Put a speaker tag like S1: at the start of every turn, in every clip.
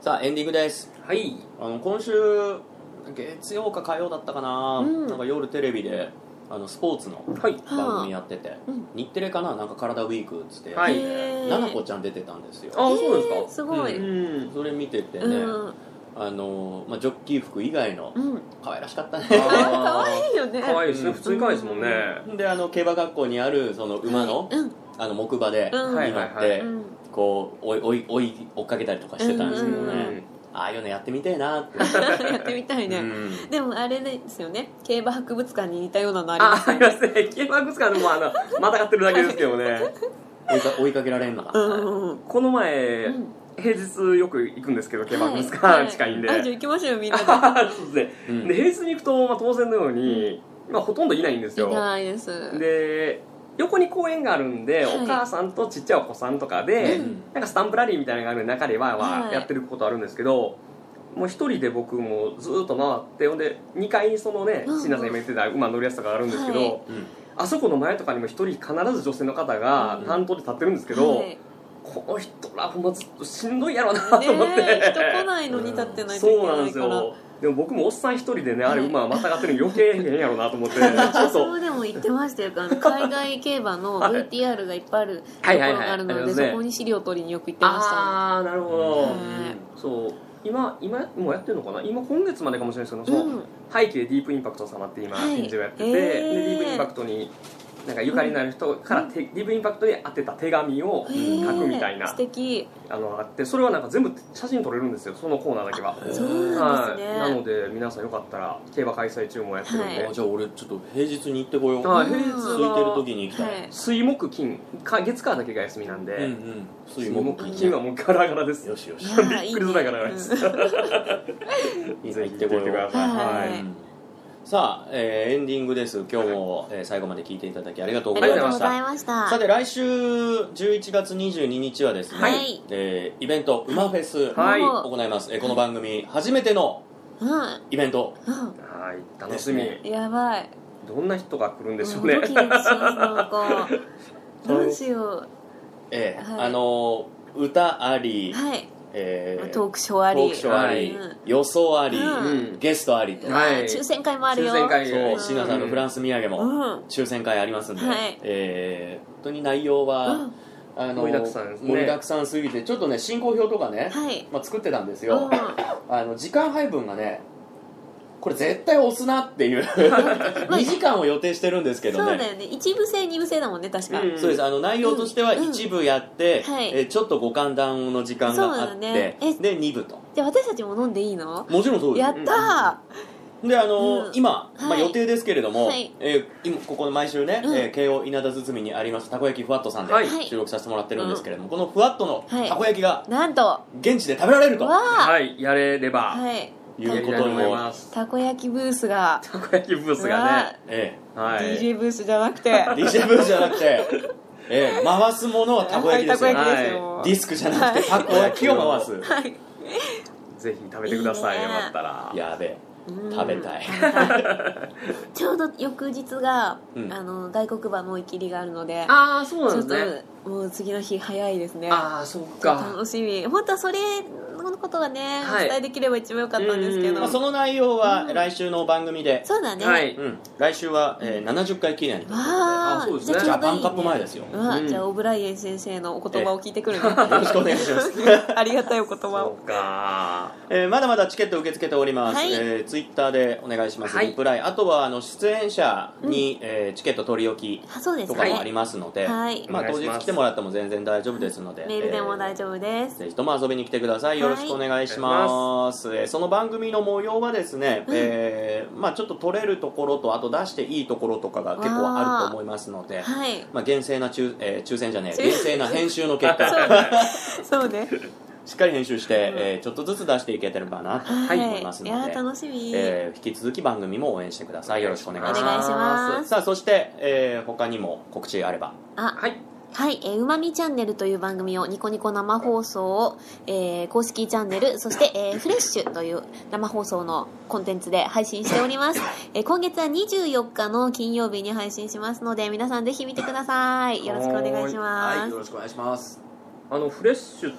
S1: さあエンディングです
S2: はい
S1: あの今週月曜か火曜だったかな,、
S2: うん
S1: なんか夜テレビであのスポーツの
S2: はい
S1: 番組やってて、
S3: うん
S1: 日テレかななんか「体ウィーク」っつって、
S2: はい
S3: へー
S1: ななこちゃん出てたんですよ
S2: あそうなんですか
S3: えーすごい、
S1: う
S3: うん
S2: ん
S1: それ見ててね、
S3: うん
S1: あのまあ、ジョッキー服以外の可愛らしかったね
S3: 可
S2: あ
S3: 愛いよね
S2: ー可愛いですね
S1: うん
S2: 普通に可愛いですもんね
S1: であの競馬学校にあるその馬の,、
S3: うん
S1: あの木馬で、
S3: うん
S1: に乗っ
S2: はいはいは
S1: て
S2: い
S3: うん
S1: こう追い追い追い追っかけたりとかしてたんですけどね、
S3: うん
S1: ああいうのやってみてえなって、
S3: やってみたいね、
S1: うん
S3: でもあれですよね競馬博物館に似たようなのありま
S2: あ
S3: す
S2: あ
S3: よ
S2: り
S3: ね
S2: ますね消えまくつかでもあのまたがってるだけですけどね
S1: 追いか追いかけられんのか
S3: う
S1: な、
S3: んうんうん
S2: この前、
S3: うん
S2: 平日よく行くんですけど競馬ですか、
S3: はいはい
S2: 近いんで
S3: あじゃあ行きましょうよみんなで
S2: あ そうですね
S1: うん
S2: で平日に行くと、まあ、当然のように、まあ、ほとんどいないんですよ
S3: いないです
S2: で横に公園があるんで、
S3: はい
S2: お母さんとちっちゃいお子さんとかで、
S1: うん
S2: なんかスタンプラリーみたいなのがある中でわーわ
S3: は
S2: ー
S3: い
S2: やってることあるんですけど、もう一人で僕もずーっと回ってほんで2階にそのね
S3: うんうん
S2: 椎名さん今言ってた馬乗るやつとかあるんですけど、
S3: はい
S1: うん
S2: あそこの前とかにも一人必ず女性の方が
S1: うん
S2: 担当で立ってるんですけど、
S3: はい
S2: この人らほんまずっとしんどいやろな
S3: ね
S2: と思って、
S3: え人来ないのに立ってないとい
S2: そう
S3: け
S2: なん
S3: な
S2: で
S3: い
S2: す
S3: から、
S2: よでも僕もおっさん一人でねあれ
S3: はい
S2: 馬またがってるの余計変やろなと 思ってちょっ
S3: 私
S2: と
S3: もでも言ってましたよ あの海外競馬の
S2: はい
S3: VTR がいっぱいあるとこ
S2: はい
S3: ろ
S2: はいはい
S3: があるので、
S2: ありますね
S3: そこに資料を取りによく行ってました
S2: ああなるほど、
S1: はい
S2: そう今今もうやってるのかな今今月までかもしれないですけど、
S3: う
S2: そ
S3: ん
S2: の背景ディープインパクト様って今
S3: は
S2: 展
S3: い
S2: 示をやってて、
S3: えー
S2: でディープインパクトになんかゆかりのある人からて、ディープインパクトに当てた手紙を
S3: へー
S2: 書くみたいな
S3: 素敵
S2: あのあってそれはなんか全部写真撮れるんですよそのコーナーだけは
S1: あ
S3: そうなんですね
S2: はい、なので皆さんよかったら競馬開催中もやってるんで、
S3: は
S1: あじゃあ俺ちょっと平日に行ってこよう、
S2: はい平日
S3: うん
S1: 空いてる
S2: は
S1: 時に行きたい、
S3: はい
S2: 水木金か月火だけが休みなんで、
S1: うんうん水
S2: 水
S1: 木
S2: 木金
S1: 金
S2: はもうガラガラです
S1: よし よし
S3: いやー
S2: びっくりするだから
S3: いいね
S2: です
S3: うん
S1: い いね
S2: ぜ
S1: 行
S2: ひ
S1: って
S2: 来て
S1: こよう
S2: ください、
S3: は
S2: はいい
S1: うんさあ、えーエンディングです今日も、えー最後まで聞いていただきありがとう
S3: あ
S1: ご
S3: り
S1: ざい
S3: がと
S1: ま
S3: うご
S1: し
S3: ざい
S1: た
S3: ました
S1: さて来週11月22日はですね、
S3: はい
S1: えーイベント「馬フェス」
S2: はい
S1: 行います、えーこの番組初めての
S3: うん
S1: イベント
S2: はい楽しみ、
S1: です
S3: うんやばい
S2: どんな人が来るんでしょう
S3: も
S2: ね
S3: ドキドキしますなんかどうしよ
S1: えー
S3: はい
S1: あのー歌あり
S3: う、はい
S1: えー
S3: トー
S1: トーク
S3: クショーあり
S1: ショーあり、
S3: うん
S1: 予想あり、
S3: うん
S2: うん
S1: ゲストありと、
S3: う
S1: そ
S3: わ
S2: はい
S3: 抽選会もあるよ
S2: 抽選会
S1: う
S3: うん
S1: 椎名さんのフランス土産も、
S3: うん
S1: 抽選会ありますんで、
S3: はい
S1: えー本当に内容は、
S3: うん
S1: あの
S2: 盛りだくさんですね
S1: 盛りだくさんすぎてちょっとね進行表とかね、
S3: はい
S1: まあ、作ってたんです
S3: う
S1: よ
S3: ん、
S1: あの時間配分がねこれ絶対押すなっていう
S3: ま
S1: 2
S3: あ
S1: 時間を予定してるんですけ
S3: そ
S1: ど
S3: うだ
S1: ね
S3: よね一部制二部制だもんね確か
S2: うん
S1: そうですあの内容としては
S3: うん
S1: 一部やって、
S3: うんはい
S1: えーちょっとご歓談の時間があって、
S3: そうだねえ
S1: で2部と
S3: じゃあ私たちも飲んでいいの
S1: もちろんそうです
S3: や
S1: よ
S3: ったー
S1: であのー
S3: うん
S1: 今、ま
S3: は
S1: あ、
S3: い
S1: 予定ですけれども、
S3: はい
S1: えー今ここの毎週ね、
S3: うん
S1: えー慶応稲田堤にありますたこ焼きふわっとさんで
S2: はい
S1: 収録させてもらってるんですけれども、このふわっとの
S3: はい
S1: たこ焼きが
S3: なんと
S1: 現地で食べられると
S3: わあ
S2: はいやれれば、
S3: はい
S1: いうこ
S2: やりた
S1: と
S2: と
S1: に
S2: 思い
S1: も、
S2: ます
S3: たこ焼きブースが
S2: たこ焼きブースがね
S1: え
S2: はい
S3: DJ ブースじゃなくて
S1: え DJ ブースじゃなくて、ええ回すものはたこ焼きですよ、
S3: はいたこ
S1: デ
S3: 焼きですよ
S1: ィスクじゃなくてたこ焼きを回す
S3: はい
S2: ぜひ食べてください
S3: いいね
S2: よかったら
S1: やべえ
S3: うん
S1: 食べたい
S3: 食べたいちょうど翌日が、
S1: うん
S3: あの大黒馬もう行きりがあるので
S2: ああそう
S3: ちょっともう次の日早いですね
S2: ああそっか
S3: 楽しみ本当はそれのことがね、
S2: はい
S3: お伝えできれば一番良かったんですけ
S2: うん
S3: ど、
S1: まあ、その内容は来週の番組で、
S3: そうだね、
S2: はい
S1: うん、来週は、えー70回記念ということで
S3: わ
S2: あ
S3: あ
S2: そうですね
S1: ジャパンカップ前ですよ
S3: うわ
S2: うん
S3: じゃあオブライエン先生のお言葉を聞いてくるね
S1: よろしくお願いします
S3: ありがたいお言葉
S2: そ
S3: を
S2: っか
S1: えーまだまだチケット受け付けております、
S3: はい
S1: えーツイッターでお願いします、
S2: はい
S1: リプライあとはあの出演者に、えーチケット取り置
S3: あそう
S1: き
S3: です
S1: と
S3: ね
S1: かもありますので、
S3: はい
S1: まあ、
S2: お
S1: 当
S2: 願いし
S1: 日
S2: ます
S1: 来てもらっても全然大丈夫ですので
S3: メールでも大
S1: 夫
S3: 丈夫です、
S1: ぜひとも遊びに来てください。よろしくお願いします。えーその番組の模様はですね、えーまあちょっと取れるところと、あと出していいところとかが結構あると思いますので、
S3: はい
S1: まあ厳正な抽、えー抽選じゃねえ、
S3: 抽
S1: 厳正な編集の結
S3: そ
S1: 果、
S3: うねそうね
S1: しっかり編集して、えーちょっとずつ出していけてればなと
S3: は
S1: 思
S3: い、
S1: いますの
S3: い
S1: で。
S3: やー楽しみ、
S1: えー引き続き番組も応援してくださいよろしくお願いし
S3: お
S1: ま
S3: 願いします
S1: すさあそして、えー他にも告知あれば
S3: あ
S2: はい
S3: はい、えーうまみチャンネルという番組をニコニコ生放送を、えー公式チャンネル、そして、えーフレッシュという生放送のコンテンツで配信しております。えー今月は24日の金曜日に配信しますので、皆さんぜひ見てください。よろしくお願いし
S1: は
S3: ま
S1: い
S3: す
S1: よ。ろしくお願いします
S2: あのフレッシュ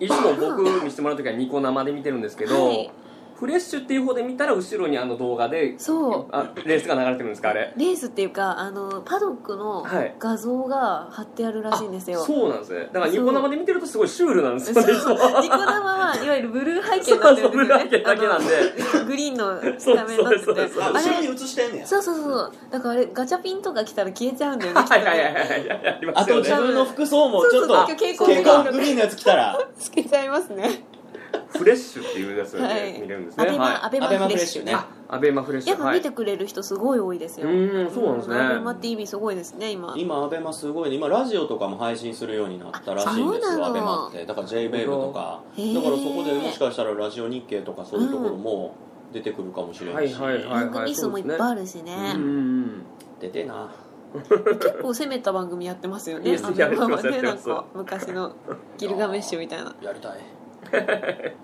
S2: いつも僕見せてもらう時はニコ生で見てるんですけど、
S3: はい
S2: フレッシュっていう方で見たら後ろにあの動画で
S3: そう
S2: あレースが流れてるんですかあれ
S3: レースっていうかあのパドックの
S2: はい
S3: 画像が貼ってあるらしいんですよ、
S2: あそうなんですねだからニコ生で見てるとすごいシュールなんですよねいつも
S3: ニコ生はいわゆるブルー背景
S2: そ
S3: にな
S2: う
S3: ってる
S2: そう
S3: んです
S2: ブル
S3: よ
S2: ー
S3: ね
S2: ケだけなんで
S3: あのグリーンの
S2: そう
S3: 画面になって
S2: そうそう
S3: て
S2: そう
S1: あ
S3: あ
S1: 後ろに
S3: れ
S1: 映してんねや
S3: そうそうそうだからあれガチャピンとか来たら消えちゃうんだよねきっと
S2: は
S3: ね
S2: いはいはいはいはいやりま
S1: あ
S2: すよ
S1: と
S2: ね
S1: 自分の服装もちょっと
S3: そうそう蛍光
S1: 蛍光グリーンのやつ着たら
S3: 消えちゃいますね
S2: フレッシュっていうやつで
S3: はい
S2: 見れるんです
S3: ア
S2: ね。
S3: ベマ
S2: は
S3: ア
S2: い。
S3: ベマフレッシュね
S1: アベマフレッシュね
S2: アベマフレッシュ。
S3: やっぱ
S2: はい
S3: 見てくれる人すごい多いですよ、
S2: うーんそうなんですね
S3: アベマ TV すごいですね今
S1: 今アベマすごいね今ラジオとかも配信するようになったらしいんです
S3: あそ
S1: よ
S3: うなの
S1: アベマってだから j w a v e とか
S3: へー
S1: だからそこでもしかしたらラジオ日経とかそういうところも出てくるかもしれないし、
S2: はいはいはい
S3: 番組数もいっぱいあるしね
S1: そうです
S2: うん
S1: ね
S2: うん
S1: 出てな
S3: 結構攻めた番組やってますよ
S2: い
S3: ね
S2: や
S3: あの
S2: やってます
S3: 今まで
S2: やって
S3: なん
S2: ます
S3: か昔のギルガメッシュみたいな
S1: やりたい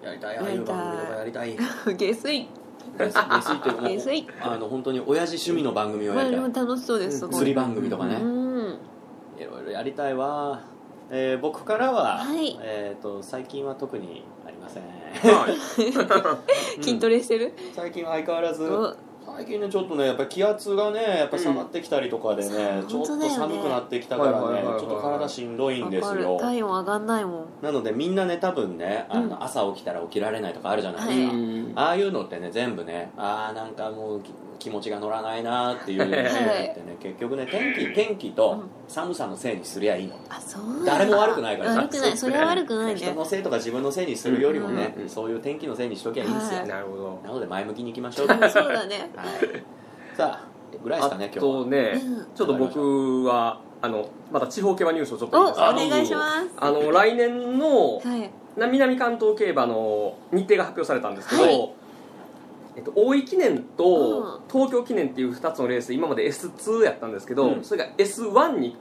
S1: やりたいああいう番組とかやりたい
S3: 下水
S1: 下水っていうかもう
S3: 下水
S1: あの本当に親父趣味の番組を
S3: ま
S1: やり
S3: あで
S1: たい
S3: も楽しそうですすご
S1: 釣
S3: い
S1: り番組とか
S3: う
S1: ね、
S3: ん
S1: いろいろやりたいわ、えー僕からは、
S3: はい
S1: えー、と最近は特にありません
S2: うん。はい。
S3: 筋トレしてる
S1: 最近は相変わらず
S3: お
S1: 最近ねちょっとねやっぱり気圧がねやっぱ下がってきたりとかでね、
S3: うん
S1: ちょっ
S3: 本当
S1: と
S3: だよね
S1: 寒くなってきたからね、
S2: はいはいはいはい
S1: ちょっと体しんどいんで
S3: わか
S1: す
S3: る
S1: よ
S3: 体温上がんないもん
S1: なのでみんなね多分ねあ
S3: うん
S1: の朝起きたら起きられないとかあるじゃないですか、
S3: はい
S2: うん
S1: ああいうのってね全部ねああなんかもうき気持ちが乗らないなーっていうのってね、結局ね天気天気と寒さのせいにすりゃいいの、
S3: あそう
S1: 誰も悪くないから
S3: あ悪くないそれは悪くない
S1: 人
S3: ね
S1: のせいとか自分のせいにするよりもね、
S2: うんうん
S1: そういう天気のせいにしときゃいいんですよ、
S3: は
S2: なるほど。
S1: なので前向きにいきましょう、
S3: そ
S1: は
S3: う
S1: い、
S3: だね
S1: さあぐらいですかね
S2: あ
S1: 今日は
S2: とね
S3: うん、
S2: ちょっと僕はあのまた地方競馬ニュースをちょっと
S3: お
S2: 言い
S3: お
S2: ますか。
S3: 願いします
S2: あの来年の
S3: はい
S2: な南関東競馬の日程が発表されたんですけど、
S3: はい
S2: えっと、大井記念
S3: う
S2: と東京記念っていう2つのレース今まで S2 やったんですけど、
S1: うん
S2: それが S1 に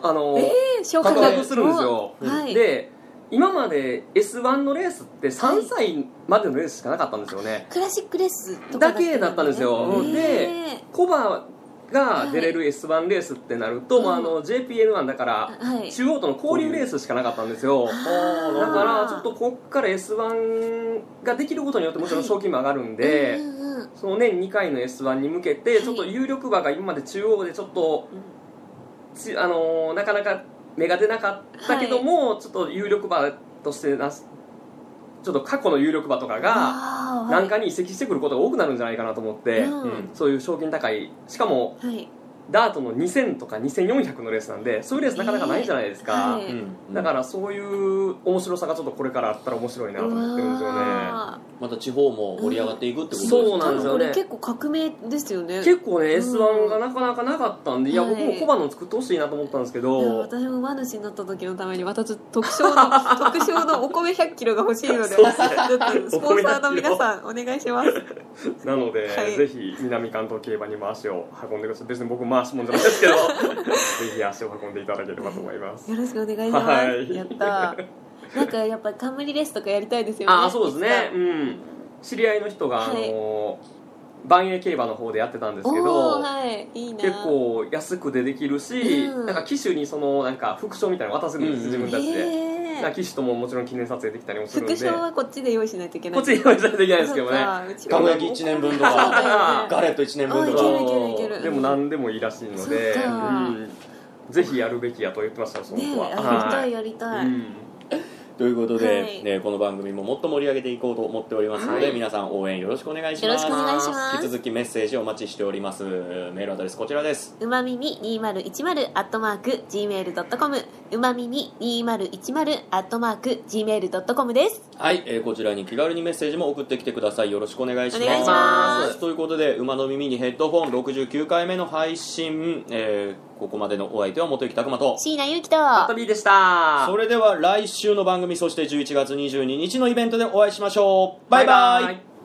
S2: こあの、
S3: えー昇
S2: 格
S3: 格
S2: 上げするんですよ、
S3: おはい
S2: で今まで S1 のレースって3歳までのレースしかなかったんですよね、
S3: クラシックレースとか
S2: だけだったんですよ、
S1: うん
S2: で
S3: え
S2: コバが出れる S1 レースってなると、
S3: うん
S2: まあ、あの JPN1 だから
S3: ーはい
S2: 中央との交流レースしかなかったんですよ、
S1: あー
S2: だからちょっとこっから S1 ができることによってもちろん賞金も上がるんで、
S3: うんうんうん
S2: その年2回の S1 に向け
S3: は
S2: て
S3: い
S2: ちょっと有力馬が今まで中央でちょっと、ちあのーなかなか芽が出なかったけども、ちょっと有力馬としてなすちょっと過去の有力馬とかが
S3: あーはい
S2: 南下に移籍してくることが多くなるんじゃないかなと思って、
S3: うん
S1: うん
S2: そういう賞金高いしかも
S3: はい
S2: ダートの2000とか2400のレースなんでそういうレースなかなかないじゃないですか。
S3: えー
S1: うん
S2: だからそういう面白さがちょっとこれからあったら面白いなと思ってるんですよね
S1: また地方も盛り上がっていくってことです
S2: そうなんですよね
S3: これ結構革命ですよね
S2: 結構ね
S3: うん
S2: S1 がなかなかなかったんでいや
S3: はい
S2: 僕も小判の作ってほしいなと思ったんですけ
S3: いや
S2: ど
S3: 私も馬主になった時のためにまたちょっと特賞の 特賞のお米1 0 0キロが欲しいので
S2: そうですね
S3: ちょっとスポンサーの皆さんお願いします
S2: なので
S3: はい
S2: ぜひ南関東競馬にも足を運んでください別に僕回しもんじゃないですけど ぜひ足を運んでいただければと思います
S3: よろしくお願いします、
S2: はい
S3: やったなんかやっぱ冠レースとかやりたいですよね
S2: ああそうですねうん知り合いの人があ
S3: はい
S2: の万栄競馬の方でやってたんで
S3: お
S2: すけ
S3: おー
S2: ど
S3: はいいいな
S2: 結構安くでできるし
S3: うん
S2: なんか機種にそのなんか副賞みたいなの渡せるんです
S1: うん
S2: 自分たちで
S3: へ
S2: なんか
S3: え
S2: 機種とももちろん記念撮影できたりもするんで
S3: 副賞はこっちで用意しないといけな
S2: こ
S3: い
S2: っちに用意しないといけないですけどね
S1: た
S3: た
S1: こ焼き1年分と
S3: そうだ
S1: か
S3: よね
S1: ガレット1年
S3: あ
S1: 分
S3: い
S1: と
S3: ける
S1: か
S3: いけるいける
S2: でも何でもいいらしいので
S3: そっか
S2: うんぜひやるべきやと言ってましたよその
S3: ね
S2: 子
S3: え
S2: は、
S3: やりた
S2: はい
S3: やりたい、
S2: うん
S1: ということで、
S3: はい
S1: ね、この番組ももっと盛り上げていこうと思っておりますので、
S2: はい
S1: 皆さん応援よろしくお願いし
S3: よろ
S1: ま
S3: し
S1: す
S3: くお願いし
S1: 引き
S3: ます
S1: 続きメッセージお待ちしておりますメールアドレスこちらです
S3: うまみみ2010アットマーク Gmail.com うまみみ2010アットマーク Gmail.com です
S1: はい、えーこちらに気軽にメッセージも送ってきてくださいよろしくお願いします
S3: お願いします
S1: ということで馬の耳にヘッドフォン69回目の配信、えーここまでのお相手は元行拓磨と
S3: 椎名ゆきと
S2: あと B でした
S1: それでは来週の番組そして11月22日のイベントでお会いしましょうバイバイ